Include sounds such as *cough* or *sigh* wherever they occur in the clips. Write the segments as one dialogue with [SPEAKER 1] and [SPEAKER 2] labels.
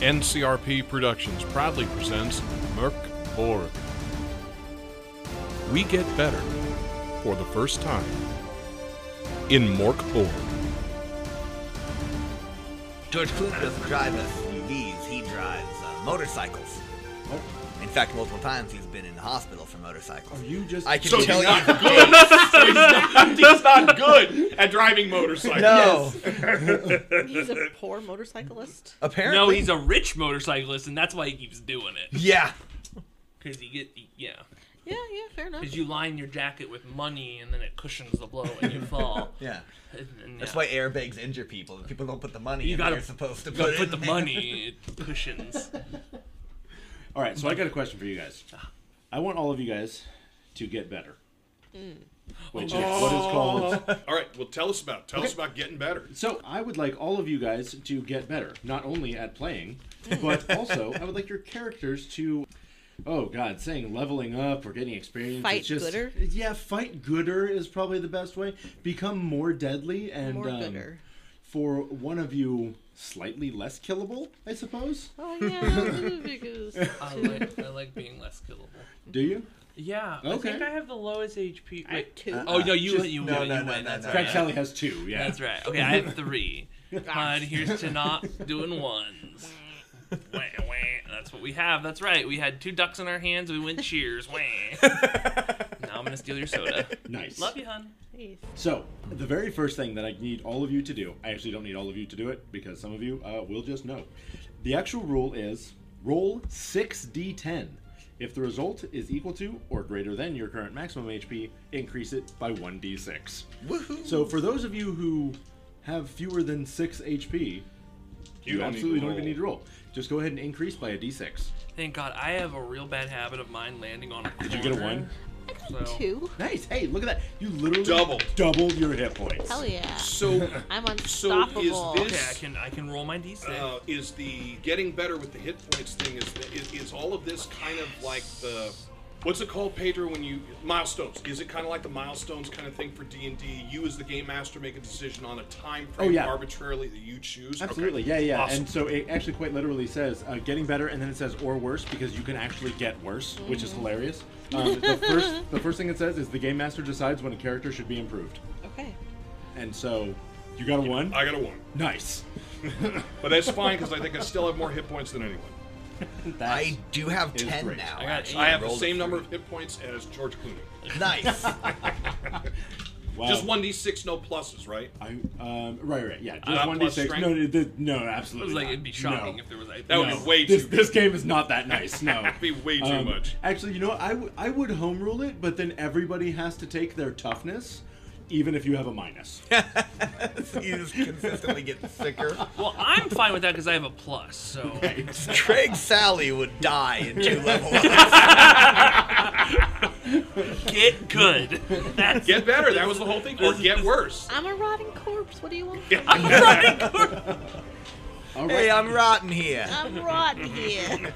[SPEAKER 1] NCRP Productions proudly presents Merk Borg. We get better for the first time in Mork Borg.
[SPEAKER 2] George Clooney doesn't drive SUVs, he drives uh, motorcycles.
[SPEAKER 3] Oh.
[SPEAKER 2] In fact, multiple times he's been in the hospital for motorcycles.
[SPEAKER 3] Are you just?
[SPEAKER 2] I can
[SPEAKER 4] So
[SPEAKER 2] tell
[SPEAKER 4] he's not
[SPEAKER 2] you.
[SPEAKER 4] good. *laughs* he's, not, he's not good at driving motorcycles.
[SPEAKER 2] *laughs* No,
[SPEAKER 5] *laughs*
[SPEAKER 6] He's a poor motorcyclist.
[SPEAKER 2] apparently.
[SPEAKER 5] No, he's a rich motorcyclist, and that's why he keeps doing it.
[SPEAKER 2] Yeah.
[SPEAKER 5] Because you get, yeah,
[SPEAKER 6] Yeah, yeah, fair enough.
[SPEAKER 5] because you line your jacket with money, and then it cushions the blow,
[SPEAKER 2] *laughs*
[SPEAKER 5] and you fall.
[SPEAKER 2] Yeah.
[SPEAKER 5] And- and
[SPEAKER 2] That's
[SPEAKER 5] yeah.
[SPEAKER 2] why airbags injure people. People don't put the money
[SPEAKER 5] You
[SPEAKER 2] in
[SPEAKER 5] gotta-
[SPEAKER 2] where you're supposed to
[SPEAKER 5] You
[SPEAKER 2] put *laughs*
[SPEAKER 5] gotta
[SPEAKER 2] it.
[SPEAKER 5] put the money. It cushions.
[SPEAKER 3] All right, so I got a question for you guys. I want all of you guys to get better,
[SPEAKER 6] Mm.
[SPEAKER 3] which
[SPEAKER 6] Oh.
[SPEAKER 3] is what is called.
[SPEAKER 4] All right, well, tell us about tell us about getting better.
[SPEAKER 3] So I would like all of you guys to get better, not only at playing,
[SPEAKER 6] Mm.
[SPEAKER 3] but also I would like your characters to. Oh God, saying leveling up or getting experience.
[SPEAKER 6] Fight
[SPEAKER 3] it's just,
[SPEAKER 6] gooder?
[SPEAKER 3] Yeah, fight gooder is probably the best way. Become more deadly and
[SPEAKER 6] More
[SPEAKER 3] um,
[SPEAKER 6] gooder.
[SPEAKER 3] for one of you slightly less killable, I suppose.
[SPEAKER 6] Oh yeah.
[SPEAKER 5] *laughs* I like, I like being less killable.
[SPEAKER 3] Do you?
[SPEAKER 5] Yeah, I
[SPEAKER 3] Okay.
[SPEAKER 5] think I have the lowest HP.
[SPEAKER 6] I have
[SPEAKER 5] Wait.
[SPEAKER 6] two.
[SPEAKER 5] Oh no, you
[SPEAKER 2] Just-
[SPEAKER 5] you
[SPEAKER 2] no,
[SPEAKER 5] win,
[SPEAKER 2] no,
[SPEAKER 5] you
[SPEAKER 2] no,
[SPEAKER 5] win.
[SPEAKER 2] no,
[SPEAKER 5] That's
[SPEAKER 2] no,
[SPEAKER 5] right.
[SPEAKER 3] Craig Kelly has two. Yeah.
[SPEAKER 5] Uh, That's right. Okay, I have three. Uh, here's to not doing ones. Wah, wah. That's what we have. That's right. We had two ducks in our hands. We went cheers.
[SPEAKER 3] *laughs*
[SPEAKER 5] Wah. now I'm gonna steal your soda.
[SPEAKER 3] Nice.
[SPEAKER 5] Love you, hun.
[SPEAKER 6] Jeez.
[SPEAKER 3] So, the very first thing that I need all of you to do, I actually don't need all of you to do it because some of you uh, will just know. The actual rule is roll 6d10. If the result is equal to or greater than your current maximum HP, increase it by 1d6.
[SPEAKER 2] Woohoo.
[SPEAKER 3] So, for those of you who have fewer than 6 HP, you,
[SPEAKER 4] don't need
[SPEAKER 3] absolutely
[SPEAKER 4] to
[SPEAKER 3] don't even
[SPEAKER 4] roll.
[SPEAKER 3] need to roll. Just go ahead and increase by a d6.
[SPEAKER 5] Thank God. I have a real bad habit of mine landing on. A
[SPEAKER 3] Did you get a
[SPEAKER 5] corner,
[SPEAKER 3] one?
[SPEAKER 5] so-
[SPEAKER 6] Two.
[SPEAKER 3] Nice. Hey, look at that. You literally
[SPEAKER 4] Doubled.
[SPEAKER 3] doubled your hit points.
[SPEAKER 6] Hell yeah.
[SPEAKER 4] So,
[SPEAKER 6] I'm
[SPEAKER 4] so is
[SPEAKER 6] unstoppable.
[SPEAKER 5] Okay, I
[SPEAKER 4] this
[SPEAKER 5] can I can roll my d6.
[SPEAKER 4] uh, is the getting better with the hit points thing? Is, the, is is all of this kind of like the what's it called, Pedro? When you milestones? Is it kind of like the milestones kind of thing for D and D? You as the game master make a decision on a time frame
[SPEAKER 3] Oh, yeah.
[SPEAKER 4] arbitrarily that you choose.
[SPEAKER 3] Absolutely,
[SPEAKER 4] Okay.
[SPEAKER 3] yeah, yeah.
[SPEAKER 4] Awesome.
[SPEAKER 3] And so it actually quite literally says uh, getting better, and then it says or worse because you can actually get worse, which
[SPEAKER 4] Mm.
[SPEAKER 3] is hilarious. Um, the first, the first thing it says is the game master decides when a character should be improved,
[SPEAKER 6] Okay.
[SPEAKER 3] and so you got a one.
[SPEAKER 4] I got a one,
[SPEAKER 3] nice.
[SPEAKER 4] but that's fine because I think I still have more hit points than anyone.
[SPEAKER 3] That's-
[SPEAKER 2] I do have
[SPEAKER 3] It's
[SPEAKER 2] ten
[SPEAKER 3] great.
[SPEAKER 2] now.
[SPEAKER 5] I got-
[SPEAKER 2] actually.
[SPEAKER 4] I have the
[SPEAKER 2] rolled a
[SPEAKER 4] same
[SPEAKER 2] three.
[SPEAKER 4] number of hit points as George Clooney.
[SPEAKER 5] *laughs*
[SPEAKER 2] Nice. *laughs*
[SPEAKER 3] wow.
[SPEAKER 4] Just one d six, no pluses, right?
[SPEAKER 3] I, um, right, right, yeah. Just
[SPEAKER 4] Not
[SPEAKER 3] one d
[SPEAKER 4] plus
[SPEAKER 3] six.
[SPEAKER 4] strength?
[SPEAKER 3] No, no, th- no,
[SPEAKER 5] it
[SPEAKER 3] absolutely.
[SPEAKER 5] was like
[SPEAKER 3] not.
[SPEAKER 5] it'd be shocking
[SPEAKER 3] No.
[SPEAKER 5] if there was like
[SPEAKER 4] That would
[SPEAKER 3] No.
[SPEAKER 4] be way
[SPEAKER 3] this,
[SPEAKER 4] too
[SPEAKER 3] This game is not that nice. No,
[SPEAKER 4] *laughs*
[SPEAKER 3] Um,
[SPEAKER 4] That'd be way too much.
[SPEAKER 3] Actually, you know, what? I, w- I would home rule it, but then everybody has to take their toughness, even if you have a minus.
[SPEAKER 2] he just consistently gets sicker.
[SPEAKER 5] Well, I'm fine with that because I have a plus.
[SPEAKER 3] *laughs*
[SPEAKER 5] So
[SPEAKER 2] Craig Sally would die in two level
[SPEAKER 5] *laughs*
[SPEAKER 2] ups.
[SPEAKER 3] *laughs*
[SPEAKER 5] get good. That's
[SPEAKER 4] Get better. That was the whole thing. Or
[SPEAKER 5] This is-
[SPEAKER 4] get
[SPEAKER 5] this-
[SPEAKER 2] *laughs*
[SPEAKER 4] worse.
[SPEAKER 6] I'm a rotting corpse. What do you want?
[SPEAKER 3] All right.
[SPEAKER 2] Hey, I'm rotten here.
[SPEAKER 6] I'm
[SPEAKER 5] *laughs*
[SPEAKER 6] rotten here.
[SPEAKER 3] uh,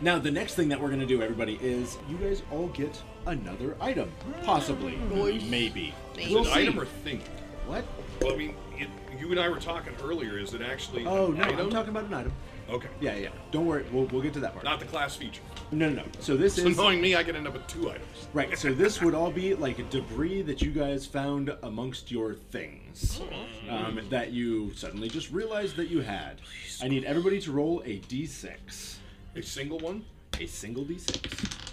[SPEAKER 3] Now, the next thing that we're going to do, everybody, is you guys all get another item. Possibly. Mm. Maybe.
[SPEAKER 6] Maybe.
[SPEAKER 3] We'll
[SPEAKER 4] An
[SPEAKER 3] see.
[SPEAKER 4] item or thing?
[SPEAKER 3] what?
[SPEAKER 4] Well, I mean, it, you and I were talking earlier. Is it actually?
[SPEAKER 3] Oh,
[SPEAKER 4] an
[SPEAKER 3] no,
[SPEAKER 4] item?
[SPEAKER 3] I'm talking about an item.
[SPEAKER 4] Okay.
[SPEAKER 3] Yeah, yeah. Don't worry. We'll, we'll get to that part.
[SPEAKER 4] Not the class feature.
[SPEAKER 3] no, no, no. So this
[SPEAKER 4] So
[SPEAKER 3] is...
[SPEAKER 4] knowing me, I could end up with two items.
[SPEAKER 3] Right, so this would all be like debris that you guys found amongst your things um, that you suddenly just realized that you had. I need everybody to roll a d6.
[SPEAKER 4] A single one.
[SPEAKER 3] A single d6.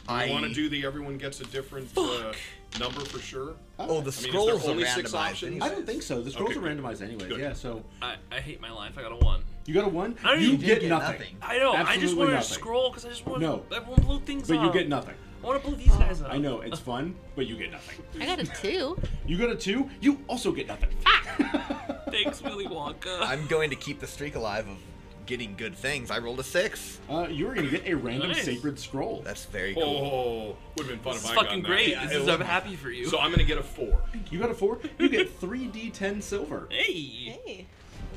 [SPEAKER 4] I
[SPEAKER 2] I-
[SPEAKER 4] want to do the everyone gets a different uh, number for sure.
[SPEAKER 2] Oh, the
[SPEAKER 4] mean, is there
[SPEAKER 2] scrolls are
[SPEAKER 4] only six
[SPEAKER 2] randomized.
[SPEAKER 4] options?
[SPEAKER 2] anyways.
[SPEAKER 3] I don't think so. The scrolls
[SPEAKER 4] Okay,
[SPEAKER 3] are
[SPEAKER 4] good.
[SPEAKER 3] randomized anyways.
[SPEAKER 4] Good.
[SPEAKER 3] Yeah, so
[SPEAKER 5] I, I hate my life. I got a one.
[SPEAKER 3] you got a one.
[SPEAKER 5] I don't
[SPEAKER 3] you
[SPEAKER 5] even
[SPEAKER 3] get,
[SPEAKER 2] get
[SPEAKER 3] nothing.
[SPEAKER 2] nothing.
[SPEAKER 5] I know. I just
[SPEAKER 3] Absolutely
[SPEAKER 5] want to
[SPEAKER 3] nothing.
[SPEAKER 5] scroll because I just want
[SPEAKER 3] No.
[SPEAKER 5] to. I want to blow things
[SPEAKER 3] But
[SPEAKER 5] up.
[SPEAKER 3] you get nothing.
[SPEAKER 5] I want to blow these guys up.
[SPEAKER 3] I know
[SPEAKER 5] *laughs*
[SPEAKER 3] it's fun, but you get nothing.
[SPEAKER 6] I got a two.
[SPEAKER 3] You got a two. You also get nothing.
[SPEAKER 5] Ah! Thanks, Willy Wonka.
[SPEAKER 2] I'm going to keep the streak alive of getting good things. I rolled a six.
[SPEAKER 3] Uh, you are gonna get a random
[SPEAKER 5] Nice.
[SPEAKER 3] sacred scroll.
[SPEAKER 2] That's very cool.
[SPEAKER 4] Oh, would have been fun
[SPEAKER 5] this
[SPEAKER 4] if
[SPEAKER 5] is
[SPEAKER 4] I got
[SPEAKER 5] fucking
[SPEAKER 4] that.
[SPEAKER 5] great.
[SPEAKER 4] Yeah,
[SPEAKER 5] this
[SPEAKER 4] it
[SPEAKER 5] is
[SPEAKER 4] would-
[SPEAKER 5] I'm happy for you.
[SPEAKER 4] So I'm gonna get a four.
[SPEAKER 3] You got a four. You get three d10
[SPEAKER 5] *laughs*
[SPEAKER 3] silver.
[SPEAKER 5] hey,
[SPEAKER 6] Hey.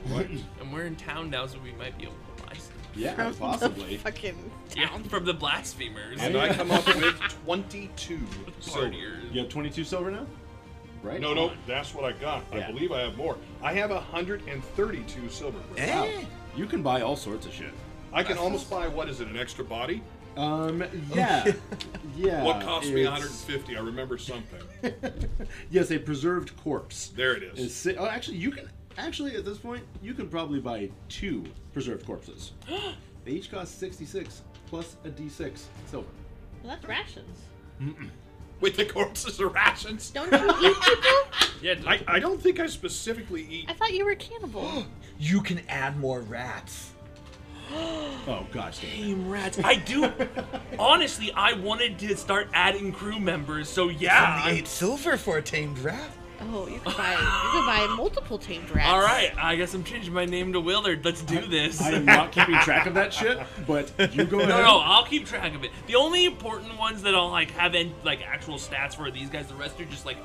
[SPEAKER 5] and we're in town now, so we might be able to buy some.
[SPEAKER 3] Yeah, possibly.
[SPEAKER 6] Fucking
[SPEAKER 5] Down from the blasphemers.
[SPEAKER 4] And I come up
[SPEAKER 5] *laughs*
[SPEAKER 4] with twenty-two. So
[SPEAKER 5] Partiers.
[SPEAKER 3] You have 22 silver now, right?
[SPEAKER 4] no, no, that's what I got.
[SPEAKER 3] Yeah.
[SPEAKER 4] I believe I have more. I have hundred and thirty-two silver.
[SPEAKER 2] Eh?
[SPEAKER 3] Wow. You can buy all sorts of shit.
[SPEAKER 4] I can almost buy what is it? An extra body?
[SPEAKER 3] Um, yeah, yeah.
[SPEAKER 4] what cost me
[SPEAKER 3] Uh, it's-
[SPEAKER 4] 150? I remember something.
[SPEAKER 3] Yes, a preserved corpse.
[SPEAKER 4] There it is.
[SPEAKER 3] Is si- oh, actually, you can actually at this point you can probably buy two preserved corpses. they each cost sixty-six plus a d6 silver.
[SPEAKER 6] Well, that's rations.
[SPEAKER 4] With the corpses of rations.
[SPEAKER 6] Don't you eat people?
[SPEAKER 5] Yeah,
[SPEAKER 4] I, I don't think I specifically eat.
[SPEAKER 6] I thought you were
[SPEAKER 5] *gasps*
[SPEAKER 6] cannibal.
[SPEAKER 4] Oh.
[SPEAKER 2] You can add more rats.
[SPEAKER 3] Oh gosh, damn it.
[SPEAKER 5] Team rats.
[SPEAKER 3] *laughs*
[SPEAKER 5] I do. honestly, I wanted to start adding crew members, so
[SPEAKER 4] Uh,
[SPEAKER 5] yeah.
[SPEAKER 2] Seventy-eight silver for a tamed rat.
[SPEAKER 6] Oh, you could buy you could buy multiple tamed rats.
[SPEAKER 5] All right, I guess I'm changing my name to Willard. Let's do this.
[SPEAKER 3] I am not keeping track of that shit, but you go ahead.
[SPEAKER 5] *laughs* No, no, I'll keep track of it. The only important ones that I'll like have in, like actual stats for are these guys. The rest are just like,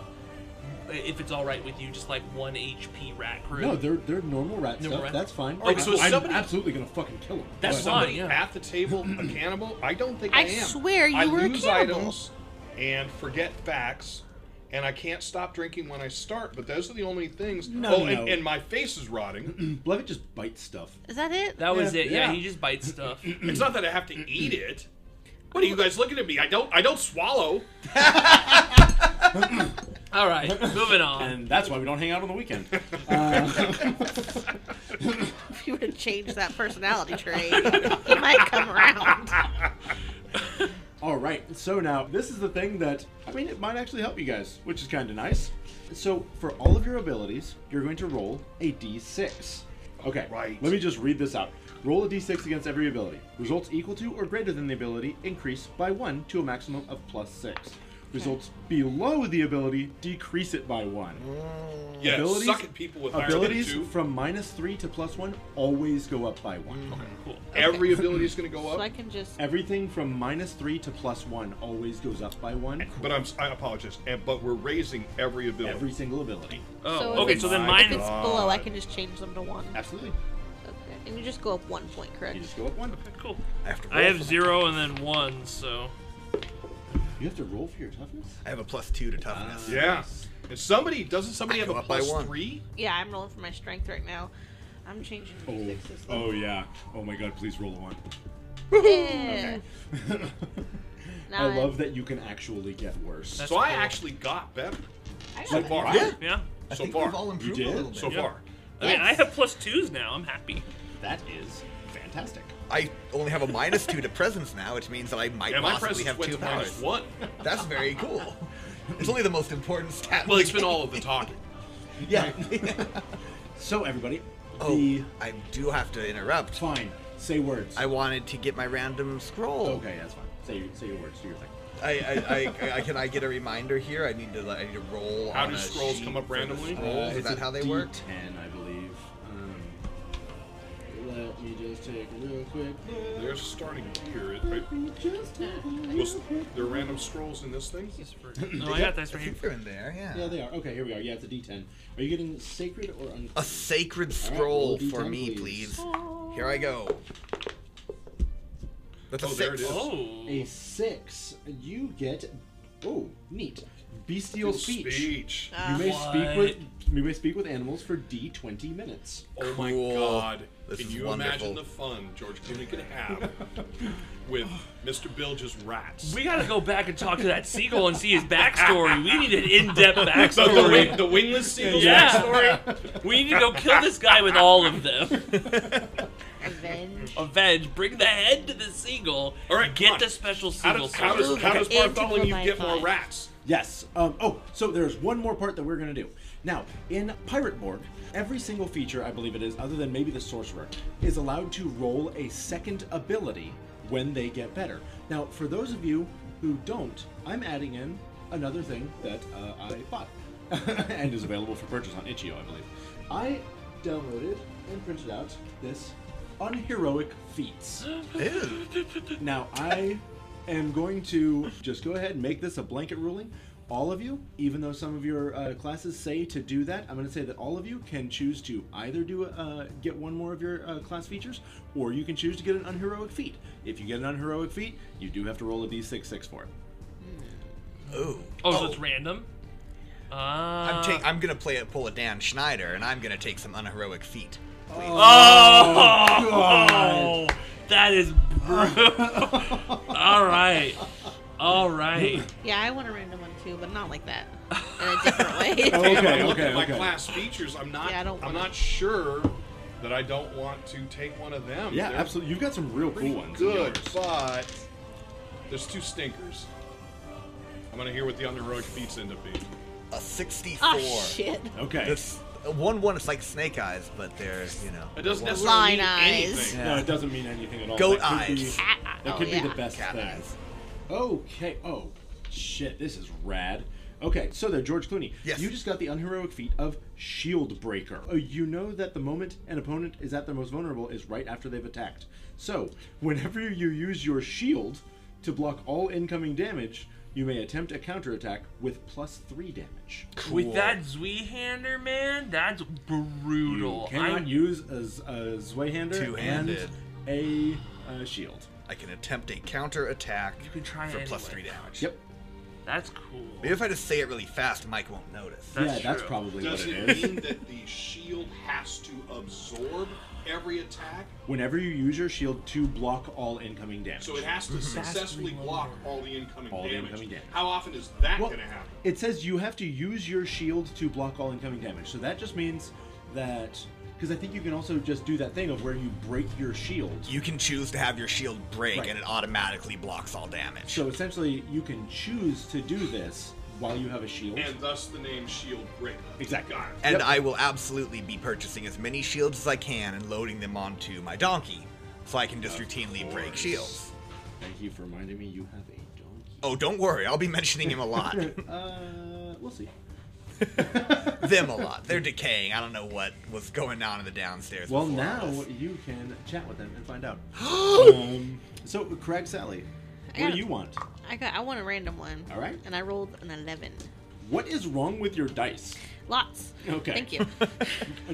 [SPEAKER 5] if it's all right with you, just like one HP rat crew.
[SPEAKER 3] No, they're they're normal rat
[SPEAKER 5] Normal
[SPEAKER 3] stuff.
[SPEAKER 5] rat.
[SPEAKER 3] That's fine.
[SPEAKER 4] Alright, so
[SPEAKER 3] I'm, I'm
[SPEAKER 4] somebody-
[SPEAKER 3] absolutely gonna fucking kill them.
[SPEAKER 5] That's
[SPEAKER 3] but, um,
[SPEAKER 5] fine.
[SPEAKER 4] Somebody
[SPEAKER 5] yeah.
[SPEAKER 4] at the table a cannibal? I don't think I,
[SPEAKER 6] I
[SPEAKER 4] am.
[SPEAKER 6] swear you
[SPEAKER 4] I
[SPEAKER 6] were a
[SPEAKER 4] lose
[SPEAKER 6] cannibal.
[SPEAKER 4] items and forget facts, and I can't stop drinking when I start. But those are the only things.
[SPEAKER 3] No,
[SPEAKER 4] oh, And,
[SPEAKER 3] no.
[SPEAKER 4] and my face is rotting.
[SPEAKER 3] Levitt just bites stuff.
[SPEAKER 6] Is that it?
[SPEAKER 5] That was
[SPEAKER 3] Yeah,
[SPEAKER 5] it. Yeah.
[SPEAKER 3] yeah.
[SPEAKER 5] he just bites *clears throat* stuff.
[SPEAKER 4] it's not that I have to eat it. What are you guys looking at me? I don't. I don't swallow.
[SPEAKER 5] all *clears throat* right, moving on.
[SPEAKER 3] And that's why we don't hang out on the weekend.
[SPEAKER 6] If you were to change
[SPEAKER 5] *laughs*
[SPEAKER 6] that personality trait, he might come around.
[SPEAKER 3] All right, so now this is the thing that I mean it might actually help you guys, which is kind of nice. So for all of your abilities, you're going to roll a d6. Okay,
[SPEAKER 4] Right.
[SPEAKER 3] Let me just read this out. Roll a d6 against every ability. Results equal to or greater than the ability increase by one to a maximum of plus six. Results below the ability decrease it by one.
[SPEAKER 4] Yeah, suck at people with higher than
[SPEAKER 3] abilities
[SPEAKER 4] two.
[SPEAKER 3] from minus three to plus one always go up by one.
[SPEAKER 5] Cool.
[SPEAKER 4] Every ability is going to go
[SPEAKER 6] So I
[SPEAKER 4] up.
[SPEAKER 6] can just
[SPEAKER 3] Everything from minus three to plus one always goes up by one.
[SPEAKER 4] But I'm. I apologize. And, but we're raising every ability.
[SPEAKER 3] Every single ability.
[SPEAKER 5] Oh,
[SPEAKER 6] So if
[SPEAKER 5] okay.
[SPEAKER 6] it's-
[SPEAKER 5] So then
[SPEAKER 4] if
[SPEAKER 6] if
[SPEAKER 5] mine.
[SPEAKER 6] it's below, I can just change them to one.
[SPEAKER 3] Absolutely.
[SPEAKER 6] Okay. And you just go up one point, correct?
[SPEAKER 3] You just go up one.
[SPEAKER 5] Cool.
[SPEAKER 2] I have to.
[SPEAKER 5] I
[SPEAKER 2] roll
[SPEAKER 5] have
[SPEAKER 2] for my-
[SPEAKER 5] zero and then one, so
[SPEAKER 3] You have to roll for your toughness?
[SPEAKER 2] I have a plus two to toughness.
[SPEAKER 4] Yeah. And somebody doesn't somebody
[SPEAKER 2] I
[SPEAKER 4] have
[SPEAKER 2] go
[SPEAKER 4] a
[SPEAKER 2] up by
[SPEAKER 4] plus
[SPEAKER 2] one.
[SPEAKER 4] three?
[SPEAKER 6] Yeah, I'm rolling for my strength right now. I'm changing my sixes.
[SPEAKER 3] oh yeah.
[SPEAKER 4] *laughs*
[SPEAKER 3] Oh my god, please roll a one.
[SPEAKER 6] Yeah.
[SPEAKER 3] I
[SPEAKER 6] Nine.
[SPEAKER 3] love that you can actually get worse.
[SPEAKER 5] That's
[SPEAKER 4] so I
[SPEAKER 5] cool.
[SPEAKER 4] actually got better
[SPEAKER 6] I got
[SPEAKER 4] so
[SPEAKER 6] it.
[SPEAKER 4] far.
[SPEAKER 2] Yeah.
[SPEAKER 5] yeah.
[SPEAKER 2] I
[SPEAKER 4] So
[SPEAKER 2] think
[SPEAKER 4] far.
[SPEAKER 2] we've all improved
[SPEAKER 3] did?
[SPEAKER 2] a little bit.
[SPEAKER 4] So
[SPEAKER 5] Yeah.
[SPEAKER 4] far.
[SPEAKER 5] I mean, I have plus twos now. I'm happy.
[SPEAKER 3] that is fantastic.
[SPEAKER 2] I only have a minus two to presence now, which means that I might
[SPEAKER 4] Yeah, my
[SPEAKER 2] possibly
[SPEAKER 4] presence
[SPEAKER 2] have
[SPEAKER 4] went
[SPEAKER 2] two
[SPEAKER 4] to minus
[SPEAKER 2] powers.
[SPEAKER 4] one.
[SPEAKER 2] That's very cool. It's only the most important stat.
[SPEAKER 4] Well,
[SPEAKER 2] in
[SPEAKER 4] it's
[SPEAKER 2] the
[SPEAKER 4] been all of the talking.
[SPEAKER 2] game. *laughs* yeah.
[SPEAKER 3] So everybody,
[SPEAKER 2] oh,
[SPEAKER 3] the
[SPEAKER 2] I do have to interrupt.
[SPEAKER 3] fine. Say words.
[SPEAKER 2] I wanted to get my random scroll.
[SPEAKER 3] okay, that's fine. Say your say your words. Do your thing.
[SPEAKER 2] I, I, I, I can I get a reminder here? I need to I need to roll.
[SPEAKER 4] How
[SPEAKER 2] on
[SPEAKER 4] do
[SPEAKER 2] a
[SPEAKER 4] scrolls
[SPEAKER 2] sheet
[SPEAKER 4] come up
[SPEAKER 2] for the
[SPEAKER 4] randomly?
[SPEAKER 2] scrolls.
[SPEAKER 3] Uh,
[SPEAKER 2] Is
[SPEAKER 3] it's
[SPEAKER 2] that
[SPEAKER 3] a
[SPEAKER 2] how they work?
[SPEAKER 3] D10, I believe. Um, let me just take a real quick. look.
[SPEAKER 4] There's a starting gear. It, right?
[SPEAKER 3] Just take a real
[SPEAKER 4] Was
[SPEAKER 3] quick
[SPEAKER 4] there random scrolls in this thing?
[SPEAKER 5] No, Oh, I got this
[SPEAKER 2] I
[SPEAKER 5] right here. *laughs*
[SPEAKER 2] think they're in there. Yeah.
[SPEAKER 3] Yeah, they are. Okay, here we are. Yeah, it's a D10. Are you getting sacred or unclean?
[SPEAKER 2] a sacred
[SPEAKER 3] All right, roll
[SPEAKER 2] scroll
[SPEAKER 3] a
[SPEAKER 2] for
[SPEAKER 3] D10,
[SPEAKER 2] me,
[SPEAKER 3] please.
[SPEAKER 2] please. Here I go. That's a
[SPEAKER 4] Oh,
[SPEAKER 2] six.
[SPEAKER 4] there it is.
[SPEAKER 5] Oh.
[SPEAKER 3] A six. You get. Oh, neat. Bestial speech.
[SPEAKER 4] Speech.
[SPEAKER 6] Uh,
[SPEAKER 3] You may
[SPEAKER 5] Ah.
[SPEAKER 3] speak with. You may speak with animals for D twenty minutes.
[SPEAKER 4] Oh my
[SPEAKER 2] Cool.
[SPEAKER 4] god.
[SPEAKER 2] This
[SPEAKER 4] Can
[SPEAKER 2] is
[SPEAKER 4] you
[SPEAKER 2] wonderful.
[SPEAKER 4] imagine the fun George Clooney could *laughs* have with Mr. Bilge's rats?
[SPEAKER 5] We gotta go back and talk to that seagull and see *laughs* his backstory. We need an *laughs* in-depth
[SPEAKER 4] the, the, wing,
[SPEAKER 5] backstory.
[SPEAKER 4] the wingless seagulls
[SPEAKER 5] *laughs* Yeah,
[SPEAKER 4] backstory?
[SPEAKER 5] we need to go kill this guy with all of them.
[SPEAKER 6] Revenge.
[SPEAKER 3] Oh.
[SPEAKER 5] Avenge, bring the head to the seagull.
[SPEAKER 4] All right, come
[SPEAKER 5] get
[SPEAKER 4] on.
[SPEAKER 5] the special
[SPEAKER 4] How
[SPEAKER 5] seagull.
[SPEAKER 4] does, how does,
[SPEAKER 5] sword.
[SPEAKER 4] how does
[SPEAKER 6] Okay.
[SPEAKER 4] Bartholomew
[SPEAKER 6] Integral by
[SPEAKER 4] get more
[SPEAKER 6] five.
[SPEAKER 4] rats?
[SPEAKER 3] Yes. Um, oh, so there's one more part that we're gonna do. Now, in Pirate Borg, every single feature, I believe it is, other than maybe the sorcerer, is allowed to roll a second ability when they get better. Now, for those of you who don't, I'm adding in another thing that uh, I bought *laughs* and is available for purchase on itch.io, I believe. I downloaded and printed out this unheroic feats.
[SPEAKER 2] Ew.
[SPEAKER 3] Now I am going to just go ahead and make this a blanket ruling. All of you, even though some of your uh, classes say to do that, I'm going to say that all of you can choose to either do uh, get one more of your uh, class features, or you can choose to get an unheroic feat. If you get an unheroic feat, you do have to roll a d6 six for it.
[SPEAKER 2] Ooh.
[SPEAKER 5] oh, so it's random. Uh,
[SPEAKER 2] I'm, take, I'm gonna play it, pull a Dan Schneider, and I'm gonna take some unheroic feat.
[SPEAKER 5] oh,
[SPEAKER 3] God.
[SPEAKER 5] that
[SPEAKER 3] *laughs*
[SPEAKER 5] All right. All right.
[SPEAKER 6] Yeah, I want a random one too, but not
[SPEAKER 3] *laughs*
[SPEAKER 6] like that. In a different way.
[SPEAKER 3] Oh, Okay, *laughs*
[SPEAKER 4] And when I look
[SPEAKER 3] okay,
[SPEAKER 4] at my
[SPEAKER 3] okay.
[SPEAKER 4] class features, I'm not.
[SPEAKER 6] Yeah, I don't
[SPEAKER 4] I'm
[SPEAKER 6] wanna-
[SPEAKER 4] not sure that I don't want to take one of them.
[SPEAKER 3] Yeah,
[SPEAKER 4] They're
[SPEAKER 3] absolutely. You've got some real
[SPEAKER 4] pretty
[SPEAKER 3] cool ones. in
[SPEAKER 4] Good,
[SPEAKER 3] yours.
[SPEAKER 4] but there's two stinkers. I'm gonna hear what the Underroach beats end up being.
[SPEAKER 2] A 64.
[SPEAKER 6] *laughs* oh shit.
[SPEAKER 3] Okay.
[SPEAKER 2] This one one is like snake eyes, but they're you know.
[SPEAKER 4] It doesn't
[SPEAKER 2] one-
[SPEAKER 4] necessarily
[SPEAKER 6] Line
[SPEAKER 4] mean
[SPEAKER 6] eyes.
[SPEAKER 4] anything.
[SPEAKER 3] No, it doesn't mean anything at all.
[SPEAKER 2] Goat
[SPEAKER 3] that could be-
[SPEAKER 2] eyes.
[SPEAKER 6] Cat-
[SPEAKER 3] that
[SPEAKER 6] oh,
[SPEAKER 3] could
[SPEAKER 6] yeah.
[SPEAKER 3] be the best
[SPEAKER 2] Cat
[SPEAKER 3] thing.
[SPEAKER 2] eyes.
[SPEAKER 3] Okay. Oh, shit. This is rad. Okay, so there, George Clooney.
[SPEAKER 2] Yes.
[SPEAKER 3] You just got the unheroic feat of Shield Breaker. Uh, you know that the moment an opponent is at their most vulnerable is right after they've attacked. So, whenever you use your shield to block all incoming damage, you may attempt a counterattack with plus three damage.
[SPEAKER 5] With that Zweehander, man, that's
[SPEAKER 3] You
[SPEAKER 5] brutal.
[SPEAKER 3] cannot
[SPEAKER 5] I'm-
[SPEAKER 3] use a, z- a Zweihander
[SPEAKER 2] Two-handed.
[SPEAKER 3] and a, uh shield.
[SPEAKER 2] I can attempt a counter attack
[SPEAKER 5] You can try
[SPEAKER 2] for
[SPEAKER 5] it
[SPEAKER 2] plus three
[SPEAKER 5] anyway.
[SPEAKER 2] damage.
[SPEAKER 3] Yep.
[SPEAKER 5] that's cool.
[SPEAKER 2] Maybe if I just say it really fast, Mike won't notice.
[SPEAKER 5] That's
[SPEAKER 3] yeah, that's
[SPEAKER 5] true.
[SPEAKER 3] probably
[SPEAKER 4] Does
[SPEAKER 3] what
[SPEAKER 4] it
[SPEAKER 3] it is.
[SPEAKER 4] mean that the shield has to absorb every attack?
[SPEAKER 3] Whenever you use your shield to block all incoming damage.
[SPEAKER 4] So it has
[SPEAKER 6] Mhm.
[SPEAKER 4] to successfully block all the incoming
[SPEAKER 3] All the
[SPEAKER 4] damage.
[SPEAKER 3] incoming damage.
[SPEAKER 4] How often is that
[SPEAKER 3] Well,
[SPEAKER 4] going to happen?
[SPEAKER 3] it says you have to use your shield to block all incoming damage. So that just means that because I think you can also just do that thing of where you break your shield.
[SPEAKER 2] You can choose to have your shield break,
[SPEAKER 3] Right.
[SPEAKER 2] and it automatically blocks all damage.
[SPEAKER 3] So essentially, you can choose to do this while you have a shield.
[SPEAKER 4] And thus the name Shield Breaker.
[SPEAKER 3] Exactly.
[SPEAKER 4] Got it.
[SPEAKER 2] and
[SPEAKER 3] Yep.
[SPEAKER 2] I will absolutely be purchasing as many shields as I can and loading them onto my donkey, so I can just routinely break shields.
[SPEAKER 3] Thank you for reminding me you have a
[SPEAKER 2] Oh, don't worry, I'll be mentioning him a
[SPEAKER 3] *laughs*
[SPEAKER 2] lot.
[SPEAKER 3] donkey. Uh, we'll see.
[SPEAKER 2] them a lot. They're decaying. I don't know what was going on in the downstairs.
[SPEAKER 3] Well,
[SPEAKER 2] before
[SPEAKER 3] now
[SPEAKER 2] this.
[SPEAKER 3] you can chat with them and
[SPEAKER 2] *gasps*
[SPEAKER 3] find out. um, so, Craig Sally,
[SPEAKER 6] I
[SPEAKER 3] what
[SPEAKER 6] got-
[SPEAKER 3] do you want?
[SPEAKER 6] I got. I want a random one.
[SPEAKER 3] All right.
[SPEAKER 6] And I rolled an eleven.
[SPEAKER 3] What is wrong with your dice?
[SPEAKER 6] Lots.
[SPEAKER 3] Okay.
[SPEAKER 6] Thank
[SPEAKER 3] *laughs*
[SPEAKER 6] you.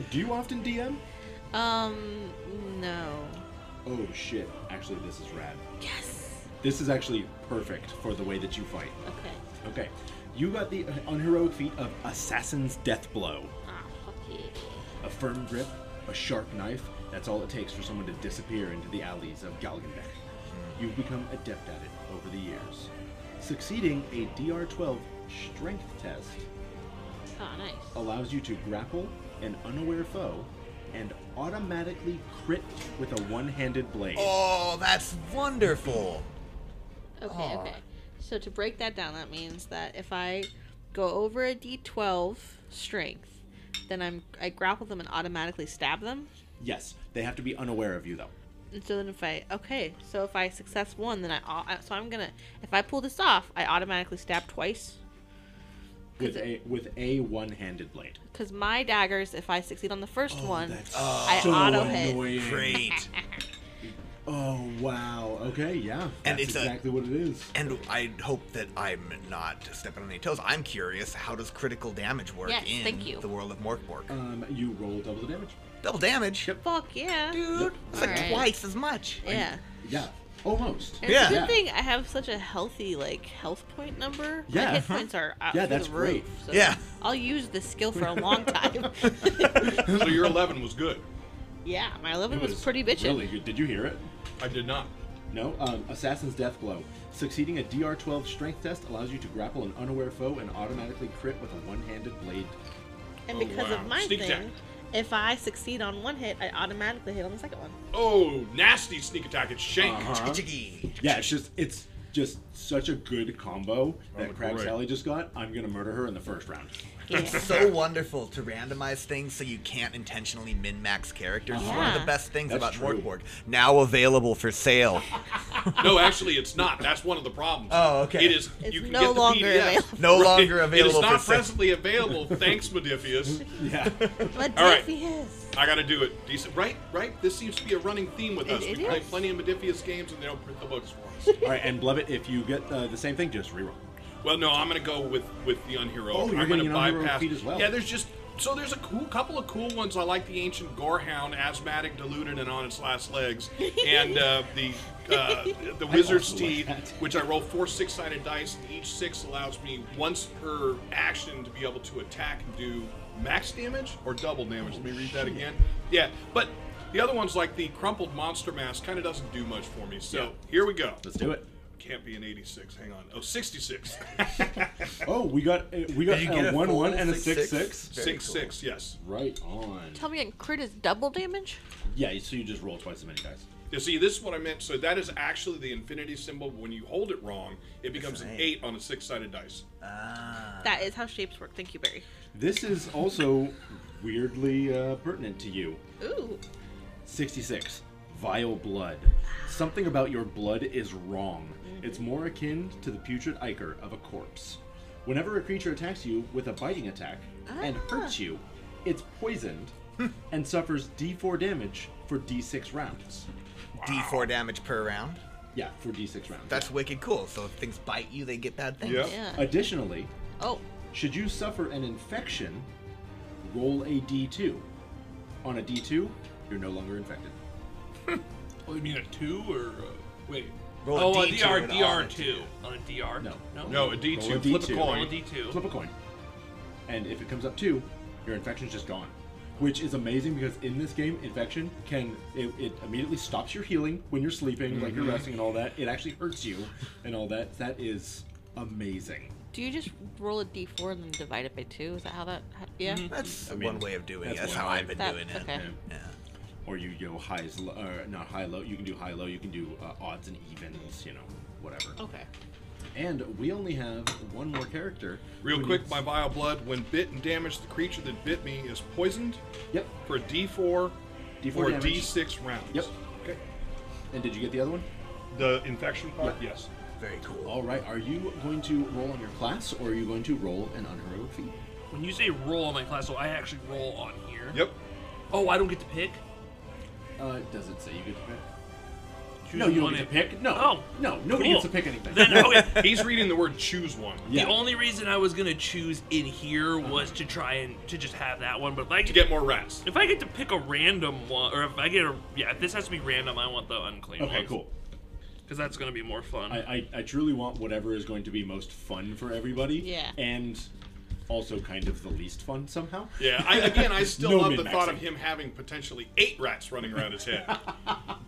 [SPEAKER 3] Do you often DM?
[SPEAKER 6] um. No.
[SPEAKER 3] Oh shit! Actually, this is rad.
[SPEAKER 6] Yes.
[SPEAKER 3] This is actually perfect for the way that you fight.
[SPEAKER 6] Okay.
[SPEAKER 3] Okay, you got the uh, unheroic feat of Assassin's Death Blow.
[SPEAKER 6] Ah, fuck you.
[SPEAKER 3] A firm grip, a sharp knife, that's all it takes for someone to disappear into the alleys of Galgenbeck. You've become adept at it over the years. Succeeding a DR 12 strength test
[SPEAKER 6] Ah, nice.
[SPEAKER 3] allows you to grapple an unaware foe and automatically crit with a one handed blade.
[SPEAKER 2] Oh, that's wonderful.
[SPEAKER 6] Okay. Okay. So to break that down, that means that if I go over a D12 strength, then I'm I grapple them and automatically stab them.
[SPEAKER 3] Yes, they have to be unaware of you though.
[SPEAKER 6] And so then if I okay, so if I success one, then I au- I- so I'm gonna if I pull this off, I automatically stab twice
[SPEAKER 3] With a with a one handed blade.
[SPEAKER 6] because my daggers, if I succeed on the first Oh, one,
[SPEAKER 3] Oh, that's
[SPEAKER 6] I auto hit.
[SPEAKER 2] Oh, Great.
[SPEAKER 3] Oh wow. Okay, yeah. That's
[SPEAKER 2] And it's a-
[SPEAKER 3] exactly what it is.
[SPEAKER 2] and I hope that I'm not stepping on any toes. I'm curious, how does critical damage work
[SPEAKER 6] Yes,
[SPEAKER 2] in
[SPEAKER 6] thank you.
[SPEAKER 2] the world of Morkborg?
[SPEAKER 3] Um, you roll double the damage.
[SPEAKER 2] Double damage,
[SPEAKER 6] Fuck yeah,
[SPEAKER 2] dude. It's like
[SPEAKER 6] Alright.
[SPEAKER 2] twice as much.
[SPEAKER 6] yeah.
[SPEAKER 3] Yeah, almost.
[SPEAKER 6] And
[SPEAKER 2] Yeah.
[SPEAKER 6] It's a
[SPEAKER 3] Yeah.
[SPEAKER 6] good thing I have such a healthy like health point number. My
[SPEAKER 3] Yeah. uh-huh.
[SPEAKER 6] hit points are out
[SPEAKER 3] Yeah,
[SPEAKER 6] through
[SPEAKER 3] that's
[SPEAKER 6] the
[SPEAKER 3] great.
[SPEAKER 6] roof. So
[SPEAKER 2] Yeah.
[SPEAKER 6] I'll use this
[SPEAKER 3] *laughs*
[SPEAKER 6] skill for a long time. *laughs*
[SPEAKER 4] So your 11 was good.
[SPEAKER 6] yeah, my eleven
[SPEAKER 3] It
[SPEAKER 6] was, pretty bitchin'.
[SPEAKER 3] Really good. Did you hear it?
[SPEAKER 4] I did not.
[SPEAKER 3] No. Um, Assassin's Death Blow. Succeeding a DR 12 strength test allows you to grapple an unaware foe and automatically crit with a one-handed blade.
[SPEAKER 6] And
[SPEAKER 4] Oh,
[SPEAKER 6] because
[SPEAKER 4] wow.
[SPEAKER 6] of my
[SPEAKER 4] Sneak
[SPEAKER 6] thing,
[SPEAKER 4] attack.
[SPEAKER 6] if I succeed on one hit, I automatically hit on the second one.
[SPEAKER 4] Oh, nasty sneak attack. It's shank.
[SPEAKER 2] Uh-huh. Jiggy.
[SPEAKER 3] Yeah, it's just it's just such a good combo that Crab
[SPEAKER 4] great.
[SPEAKER 3] Sally just got. I'm gonna murder her in the first round.
[SPEAKER 6] Yeah.
[SPEAKER 2] It's so wonderful to randomize things so you can't intentionally min-max characters. It's one of the
[SPEAKER 6] Yeah.
[SPEAKER 2] best things
[SPEAKER 3] That's
[SPEAKER 2] about
[SPEAKER 3] true.
[SPEAKER 2] Morkborg. Now available for sale.
[SPEAKER 4] No, actually, it's not. That's one of the problems.
[SPEAKER 2] Oh, okay.
[SPEAKER 4] It is.
[SPEAKER 6] It's
[SPEAKER 4] you can
[SPEAKER 6] no
[SPEAKER 4] get the
[SPEAKER 6] longer
[SPEAKER 4] PDFs.
[SPEAKER 6] available.
[SPEAKER 2] No
[SPEAKER 4] Right.
[SPEAKER 2] longer
[SPEAKER 4] It is
[SPEAKER 2] available for
[SPEAKER 4] not
[SPEAKER 2] sale.
[SPEAKER 4] presently available. Thanks, Modifius.
[SPEAKER 3] Yeah.
[SPEAKER 6] But
[SPEAKER 4] All right.
[SPEAKER 6] Yes.
[SPEAKER 4] I got to do it. Decent. Right, right. This seems to be a running theme with
[SPEAKER 6] It-
[SPEAKER 4] us.
[SPEAKER 6] it
[SPEAKER 4] we play
[SPEAKER 6] is.
[SPEAKER 4] plenty of Modifius games, and they don't print the books for us.
[SPEAKER 3] All right, and Blevett, if you get uh, the same thing, just reroll.
[SPEAKER 4] well, no, I'm going to go with with the unhero.
[SPEAKER 3] Oh, you're
[SPEAKER 4] I'm going
[SPEAKER 3] getting
[SPEAKER 4] to
[SPEAKER 3] an unheroic
[SPEAKER 4] bypass.
[SPEAKER 3] feat as well.
[SPEAKER 4] Yeah, there's just so there's a cool couple of cool ones. I like the ancient gorehound, asthmatic, deluded, and on its last legs, and uh, the. Uh, the wizard's
[SPEAKER 3] also like
[SPEAKER 4] teeth,
[SPEAKER 3] that.
[SPEAKER 4] which I roll four six-sided dice, and each six allows me once per action to be
[SPEAKER 3] Oh,
[SPEAKER 4] able to attack and do max damage or double damage. Let me read that again. Yeah, but The other one's like the crumpled monster mask, kind of doesn't do much for me. So here we go.
[SPEAKER 3] Let's do it.
[SPEAKER 4] Can't be an 86. Hang on. Oh, *laughs* 66.
[SPEAKER 3] Oh, we got uh, we got
[SPEAKER 2] Did you
[SPEAKER 3] a,
[SPEAKER 2] get a
[SPEAKER 3] one
[SPEAKER 2] full
[SPEAKER 3] one and a
[SPEAKER 2] six,
[SPEAKER 3] six six.
[SPEAKER 2] six? Very
[SPEAKER 4] 6 6, yes.
[SPEAKER 3] Right on.
[SPEAKER 6] Tell me, again, crit is double damage?
[SPEAKER 3] Yeah, so you just roll twice as many dice.
[SPEAKER 4] You see, this is what I meant. So that is actually the infinity symbol. When you hold it wrong, it becomes an
[SPEAKER 2] an eight.
[SPEAKER 4] 8 on a six sided dice.
[SPEAKER 6] That is how shapes work. Thank you, Barry.
[SPEAKER 3] This is also weirdly uh, pertinent to you.
[SPEAKER 6] Ooh.
[SPEAKER 3] 66. Vile blood. Something about your blood is wrong. It's more akin to the putrid ichor of a corpse. Whenever a creature attacks you with a biting attack and hurts you, it's poisoned and suffers d4 damage for d6 rounds.
[SPEAKER 2] D4 damage per round.
[SPEAKER 3] Yeah, for d6 rounds.
[SPEAKER 2] That's wicked cool. So if things bite you, they get bad things.
[SPEAKER 4] Yeah.
[SPEAKER 6] Yeah.
[SPEAKER 3] Additionally,
[SPEAKER 6] Oh.
[SPEAKER 3] should you suffer an infection, roll a d2. On a d2, you're no longer infected.
[SPEAKER 5] Oh, you mean a two or a, wait?
[SPEAKER 2] Roll a
[SPEAKER 5] oh, a,
[SPEAKER 2] D2
[SPEAKER 5] DR,
[SPEAKER 2] and a
[SPEAKER 5] DR
[SPEAKER 2] R.
[SPEAKER 5] two on a DR.
[SPEAKER 3] No.
[SPEAKER 5] no,
[SPEAKER 4] No, a D2.
[SPEAKER 3] Roll a
[SPEAKER 4] Flip a
[SPEAKER 3] D2.
[SPEAKER 5] Roll a
[SPEAKER 4] coin.
[SPEAKER 5] D two.
[SPEAKER 3] Flip a coin. And if it comes up two, your infection's just gone. Which is amazing because in this game, infection can it, it immediately stops your healing when you're sleeping, like
[SPEAKER 4] Mm-hmm.
[SPEAKER 3] you're resting and all that. It actually hurts you and all that. That is amazing.
[SPEAKER 6] Do you just roll a d4 and then divide it by two? Is that how that. how- yeah?
[SPEAKER 2] That's
[SPEAKER 3] mean,
[SPEAKER 2] one way of doing it.
[SPEAKER 3] that's
[SPEAKER 2] That's
[SPEAKER 3] one
[SPEAKER 2] how
[SPEAKER 3] way.
[SPEAKER 2] I've been
[SPEAKER 6] That-
[SPEAKER 2] doing it.
[SPEAKER 6] okay.
[SPEAKER 2] Yeah.
[SPEAKER 3] Or you go high, as lo- or not high low. You can do high low. You can do uh, odds and evens. You know, whatever.
[SPEAKER 6] Okay.
[SPEAKER 3] And we only have one more character.
[SPEAKER 4] Real
[SPEAKER 3] who
[SPEAKER 4] quick,
[SPEAKER 3] needs-
[SPEAKER 4] my vile blood, when bit and damaged, the creature that bit me is poisoned
[SPEAKER 3] Yep.
[SPEAKER 4] for a D4,
[SPEAKER 3] D4
[SPEAKER 4] or a
[SPEAKER 3] damage.
[SPEAKER 4] D6 rounds.
[SPEAKER 3] Yep.
[SPEAKER 4] Okay.
[SPEAKER 3] And did you get the other one?
[SPEAKER 4] The infection part?
[SPEAKER 3] Yeah.
[SPEAKER 4] Yes.
[SPEAKER 2] Very cool.
[SPEAKER 3] All right. Are you going to roll on your class, or are you going to roll an unheroic feat?
[SPEAKER 5] When you say roll on my class, so I actually roll on here.
[SPEAKER 4] Yep.
[SPEAKER 5] Oh, I don't get to pick.
[SPEAKER 3] Uh, does it say you get to pick?
[SPEAKER 5] Choose
[SPEAKER 3] no, you don't
[SPEAKER 5] one
[SPEAKER 3] get to
[SPEAKER 5] and-
[SPEAKER 3] pick. No,
[SPEAKER 5] Oh,
[SPEAKER 3] no, nobody
[SPEAKER 5] cool.
[SPEAKER 3] gets to pick anything.
[SPEAKER 5] Then okay.
[SPEAKER 3] *laughs*
[SPEAKER 4] He's reading the word choose one.
[SPEAKER 3] yeah,
[SPEAKER 5] The only reason I was gonna choose in here was to try and to just have that one, but if I
[SPEAKER 4] To
[SPEAKER 5] get,
[SPEAKER 4] get more rats.
[SPEAKER 5] if I get to pick a random one, or if I get a yeah, if this has to be random. I want the unclean
[SPEAKER 3] okay, cool.
[SPEAKER 5] Because that's gonna be more fun.
[SPEAKER 3] I, I I truly want whatever is going to be most fun for everybody.
[SPEAKER 6] Yeah.
[SPEAKER 3] and also kind of the least fun somehow.
[SPEAKER 4] Yeah, I, again, I still
[SPEAKER 3] No
[SPEAKER 4] love the thought
[SPEAKER 3] min-maxing.
[SPEAKER 4] of him having potentially eight rats running around his head.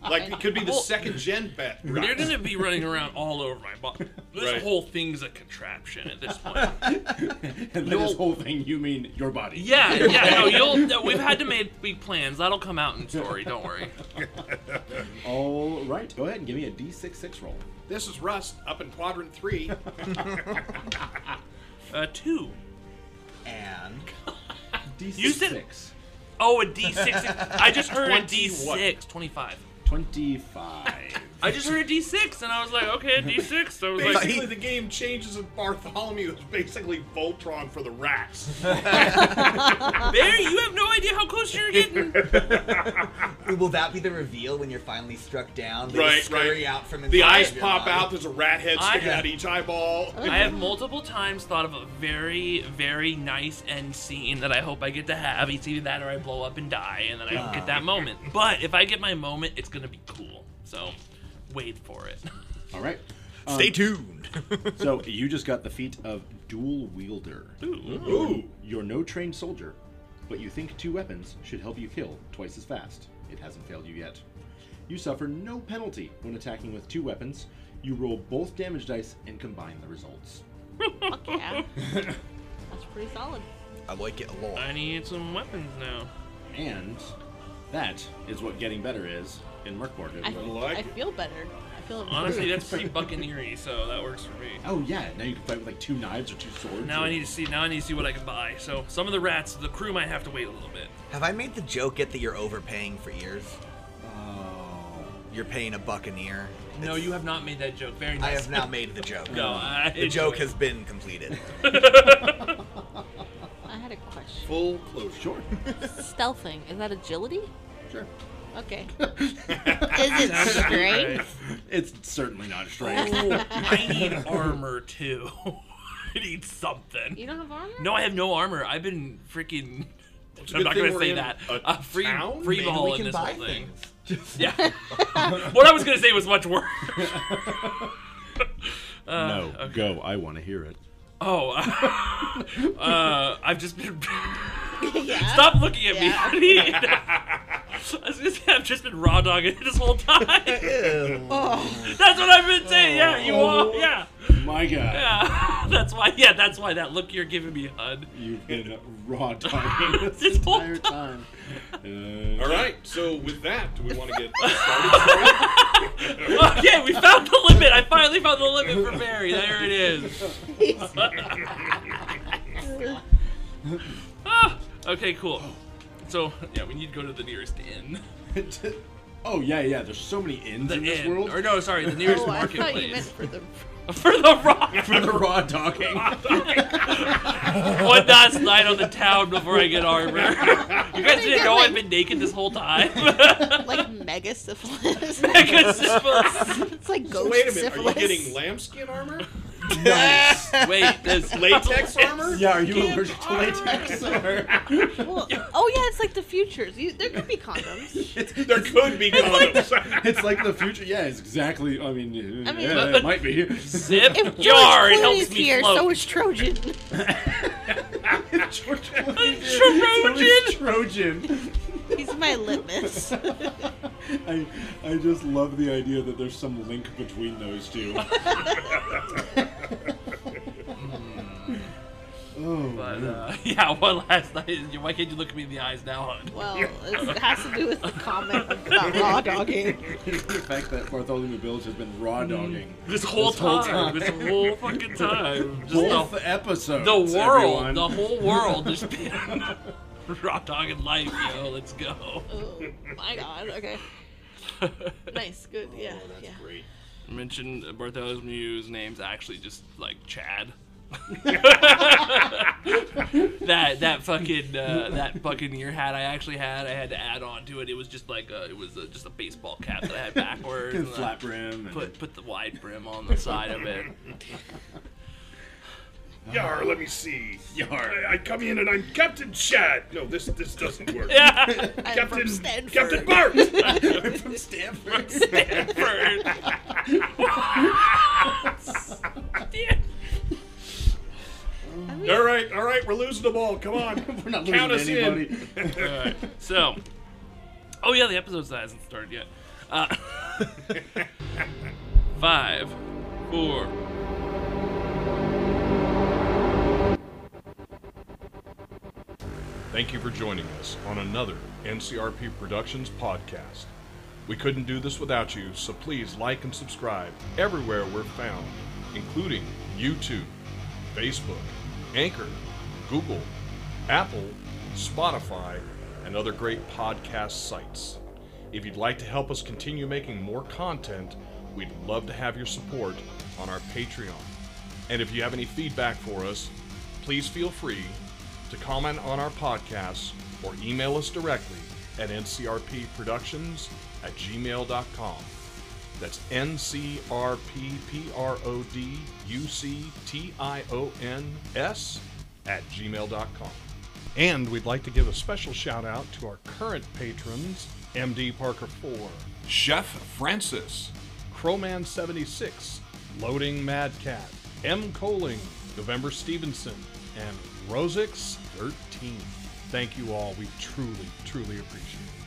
[SPEAKER 4] Like, it could be the
[SPEAKER 5] Well-
[SPEAKER 4] second gen bet.
[SPEAKER 5] They're
[SPEAKER 4] rat.
[SPEAKER 5] gonna be running
[SPEAKER 3] *laughs*
[SPEAKER 5] around all over my body. This
[SPEAKER 4] Right.
[SPEAKER 5] whole thing's a contraption at
[SPEAKER 3] *laughs*
[SPEAKER 5] this point.
[SPEAKER 3] *laughs* and by this
[SPEAKER 5] You'll-
[SPEAKER 3] whole thing, you mean your body?
[SPEAKER 5] Yeah, yeah. No, you'll. No, we've had to make big plans. That'll come out in story. Don't worry.
[SPEAKER 3] All right, go ahead and give me a d6 six roll.
[SPEAKER 4] This is Rust up in quadrant
[SPEAKER 2] *laughs*
[SPEAKER 4] three.
[SPEAKER 5] Uh, two.
[SPEAKER 2] And
[SPEAKER 3] D6
[SPEAKER 5] You said-
[SPEAKER 3] six.
[SPEAKER 5] Oh, a D six. I just heard a D
[SPEAKER 4] 21.
[SPEAKER 3] *laughs*
[SPEAKER 5] six. Twenty-five.
[SPEAKER 3] Twenty-five.
[SPEAKER 5] I just heard a D six, and I was like, okay, a D six. So I was like,
[SPEAKER 4] basically, the game changes, and Bartholomew is basically Voltron for the
[SPEAKER 2] *laughs*
[SPEAKER 4] rats.
[SPEAKER 5] Barry, you have no idea how close *laughs* you're getting.
[SPEAKER 2] will that be the reveal when you're finally struck down? They
[SPEAKER 4] right,
[SPEAKER 2] just
[SPEAKER 4] right.
[SPEAKER 2] scurry out from
[SPEAKER 4] the
[SPEAKER 2] inside
[SPEAKER 4] eyes
[SPEAKER 2] of your
[SPEAKER 4] pop
[SPEAKER 2] body.
[SPEAKER 4] out. There's a rat head
[SPEAKER 5] I-
[SPEAKER 4] sticking out each eyeball.
[SPEAKER 5] I have multiple times thought of a very, very nice end scene that I hope I get to have. It's either that or I blow up and die, and then I don't get that moment. But if I get my moment, it's gonna be cool. So wait for it.
[SPEAKER 3] All right.
[SPEAKER 2] Stay tuned.
[SPEAKER 3] So you just got the feat of dual wielder.
[SPEAKER 4] Ooh,
[SPEAKER 3] You're no trained soldier, but you think two weapons should help you kill twice as fast. It hasn't failed you yet. You suffer no penalty when attacking with two weapons. You roll both damage dice and combine the results.
[SPEAKER 6] Fuck yeah. That's pretty solid.
[SPEAKER 2] I like it a lot.
[SPEAKER 5] I need some weapons now.
[SPEAKER 3] And that is what getting better is in Merkborg.
[SPEAKER 6] I,
[SPEAKER 4] like
[SPEAKER 6] I
[SPEAKER 4] it.
[SPEAKER 6] feel better. I feel
[SPEAKER 5] Honestly,
[SPEAKER 6] improved.
[SPEAKER 5] that's pretty buccaneery, so that works for me.
[SPEAKER 3] Oh yeah, now you can fight with like two knives or two swords.
[SPEAKER 5] Now
[SPEAKER 3] or-
[SPEAKER 5] I need to see. Now I need to see what I can buy. So some of the rats, the crew might have to wait a little bit.
[SPEAKER 2] Have I made the joke yet that you're overpaying for ears?
[SPEAKER 3] Oh.
[SPEAKER 2] You're paying a buccaneer.
[SPEAKER 5] No,
[SPEAKER 2] It's-
[SPEAKER 5] you have not made that joke. Very
[SPEAKER 2] I
[SPEAKER 5] nice.
[SPEAKER 2] have now made the joke.
[SPEAKER 5] No, I *laughs*
[SPEAKER 2] the joke
[SPEAKER 5] enjoy it.
[SPEAKER 2] has been completed.
[SPEAKER 6] I had a question.
[SPEAKER 4] full closure.
[SPEAKER 3] Sure.
[SPEAKER 6] Stealthing, is that agility?
[SPEAKER 3] *laughs* sure.
[SPEAKER 6] Okay. is it strength?
[SPEAKER 3] It's certainly not
[SPEAKER 5] *laughs*
[SPEAKER 3] strength.
[SPEAKER 5] Oh, I need armor too. *laughs* I need something.
[SPEAKER 6] You don't have armor?
[SPEAKER 5] No, I have no armor. I've been freaking.
[SPEAKER 4] it's a
[SPEAKER 5] I'm
[SPEAKER 4] good
[SPEAKER 5] not
[SPEAKER 4] thing
[SPEAKER 5] gonna
[SPEAKER 4] we're
[SPEAKER 5] say
[SPEAKER 4] in
[SPEAKER 5] that.
[SPEAKER 4] a
[SPEAKER 5] Uh, free
[SPEAKER 4] town?
[SPEAKER 5] free
[SPEAKER 2] Maybe
[SPEAKER 5] ball
[SPEAKER 2] we
[SPEAKER 5] in
[SPEAKER 2] can
[SPEAKER 5] this
[SPEAKER 2] buy
[SPEAKER 5] whole thing.
[SPEAKER 2] things.
[SPEAKER 5] Yeah.
[SPEAKER 4] *laughs*
[SPEAKER 5] what I was gonna say was much worse. *laughs* Uh,
[SPEAKER 3] no, go. I want to hear it.
[SPEAKER 5] Oh, *laughs* uh, I've just been. Stop looking at me. *laughs* I was gonna say, I've just been raw dogging this whole time.
[SPEAKER 4] *laughs*
[SPEAKER 5] That's *laughs*
[SPEAKER 7] Ew.
[SPEAKER 6] Oh,
[SPEAKER 5] what I've been saying. Yeah, you
[SPEAKER 4] Oh.
[SPEAKER 5] are. Yeah. *gasps*
[SPEAKER 3] My God,
[SPEAKER 5] Yeah. That's why. Yeah, that's why that look you're giving me, HUD.
[SPEAKER 3] you've been raw dogging this,
[SPEAKER 5] This whole
[SPEAKER 3] entire time. Uh,
[SPEAKER 8] *laughs* All right. So with that, do we want to *laughs* get started?
[SPEAKER 5] Okay, we found the limit. I finally found the limit for Barry. There it is. Ah, okay, cool. So yeah, we need to go to the nearest inn.
[SPEAKER 3] Uh, *laughs* oh yeah, yeah. There's so many ends
[SPEAKER 5] The
[SPEAKER 3] in this
[SPEAKER 5] inn,
[SPEAKER 3] world.
[SPEAKER 5] or no, sorry, the nearest
[SPEAKER 6] oh I thought you meant
[SPEAKER 5] marketplace
[SPEAKER 6] for the.
[SPEAKER 5] *laughs* for the rock.
[SPEAKER 3] For the raw dogging.
[SPEAKER 5] One last night on the town before I get armor. You guys didn't know I've been naked this whole time. *laughs*
[SPEAKER 6] Like mega syphilis.
[SPEAKER 5] Because this was-
[SPEAKER 6] it's like ghost
[SPEAKER 8] Wait a minute. Are you
[SPEAKER 6] syphilis.
[SPEAKER 8] getting lambskin armor? *laughs*
[SPEAKER 3] nice.
[SPEAKER 5] Wait, this
[SPEAKER 8] Latex armor?
[SPEAKER 3] *laughs* Yeah, are you allergic to latex? Or?
[SPEAKER 6] Well, oh yeah, it's like the futures. You, there could be condoms.
[SPEAKER 8] There could *laughs* be condoms.
[SPEAKER 3] *laughs* It's like the future. Yeah, it's exactly. I mean, yeah,
[SPEAKER 6] mean-
[SPEAKER 3] yeah, it might be. *laughs*
[SPEAKER 5] Zip
[SPEAKER 6] If George
[SPEAKER 5] yar, it
[SPEAKER 6] Clooney
[SPEAKER 5] helps
[SPEAKER 6] is
[SPEAKER 5] me
[SPEAKER 6] here,
[SPEAKER 5] float.
[SPEAKER 6] so is Trojan.
[SPEAKER 3] Trojan. Trojan.
[SPEAKER 6] He's my litmus.
[SPEAKER 3] I, I just love the idea that there's some link between those two. *laughs* oh,
[SPEAKER 5] But uh, *laughs* yeah, one last night. Why can't you look me in the eyes now? hon?
[SPEAKER 6] Well, it has to do with the comment about raw dogging.
[SPEAKER 3] the fact that Bartholomew Bilge has been raw dogging
[SPEAKER 5] This whole
[SPEAKER 3] This whole time.
[SPEAKER 5] time, this *laughs* whole fucking time, just
[SPEAKER 3] both
[SPEAKER 5] the,
[SPEAKER 3] episodes.
[SPEAKER 5] the world,
[SPEAKER 3] everyone.
[SPEAKER 5] the whole world, *laughs* has been raw dogging life, yo. Let's go.
[SPEAKER 6] Oh my god. Okay. Nice. Good. Yeah. yeah.
[SPEAKER 8] Oh, Great.
[SPEAKER 5] Mention Bartholomew's name's actually just like *laughs* Chad. that that fucking uh, that buccaneer hat I actually had I had to add on to it. It was just like a, it was a, just a baseball cap that I had *laughs* backwards.
[SPEAKER 3] And
[SPEAKER 5] and I-
[SPEAKER 3] flat brim. And
[SPEAKER 5] put put the wide brim on the side of it.
[SPEAKER 8] Yar, let me see.
[SPEAKER 3] Yar.
[SPEAKER 8] I, I come in and I'm Captain Chad. No, this this doesn't work.
[SPEAKER 5] Yeah,
[SPEAKER 6] I'm
[SPEAKER 8] Captain
[SPEAKER 6] from Stanford.
[SPEAKER 8] Captain *laughs* Bart.
[SPEAKER 3] from *laughs* Stanford.
[SPEAKER 5] Stanford. Stan-
[SPEAKER 8] all right, all right, we're losing the ball. Come *laughs* on,
[SPEAKER 3] We're not
[SPEAKER 8] count us
[SPEAKER 3] losing anybody.
[SPEAKER 8] in.
[SPEAKER 5] Alright, so, oh yeah, the episode hasn't started yet. Uh, *laughs* five, four.
[SPEAKER 4] Thank you for joining us on another NCRP Productions podcast. We couldn't do this without you, so please like and subscribe everywhere we're found, including YouTube, Facebook, Anchor, Google, Apple, Spotify, and other great podcast sites. If you'd like to help us continue making more content, we'd love to have your support on our Patreon. And if you have any feedback for us, please feel free to comment on our podcasts or email us directly at ncrpproductions at gmail.com. That's N-C-R-P-P-R-O-D-U-C-T-I-O-N-S at gmail.com. And we'd like to give a special shout out to our current patrons, MD Parker 4, Chef Francis, Crowman 76, Loading Mad Cat, M. Coling, November Stevenson, and Rosix13. Thank you all. We truly, truly appreciate it.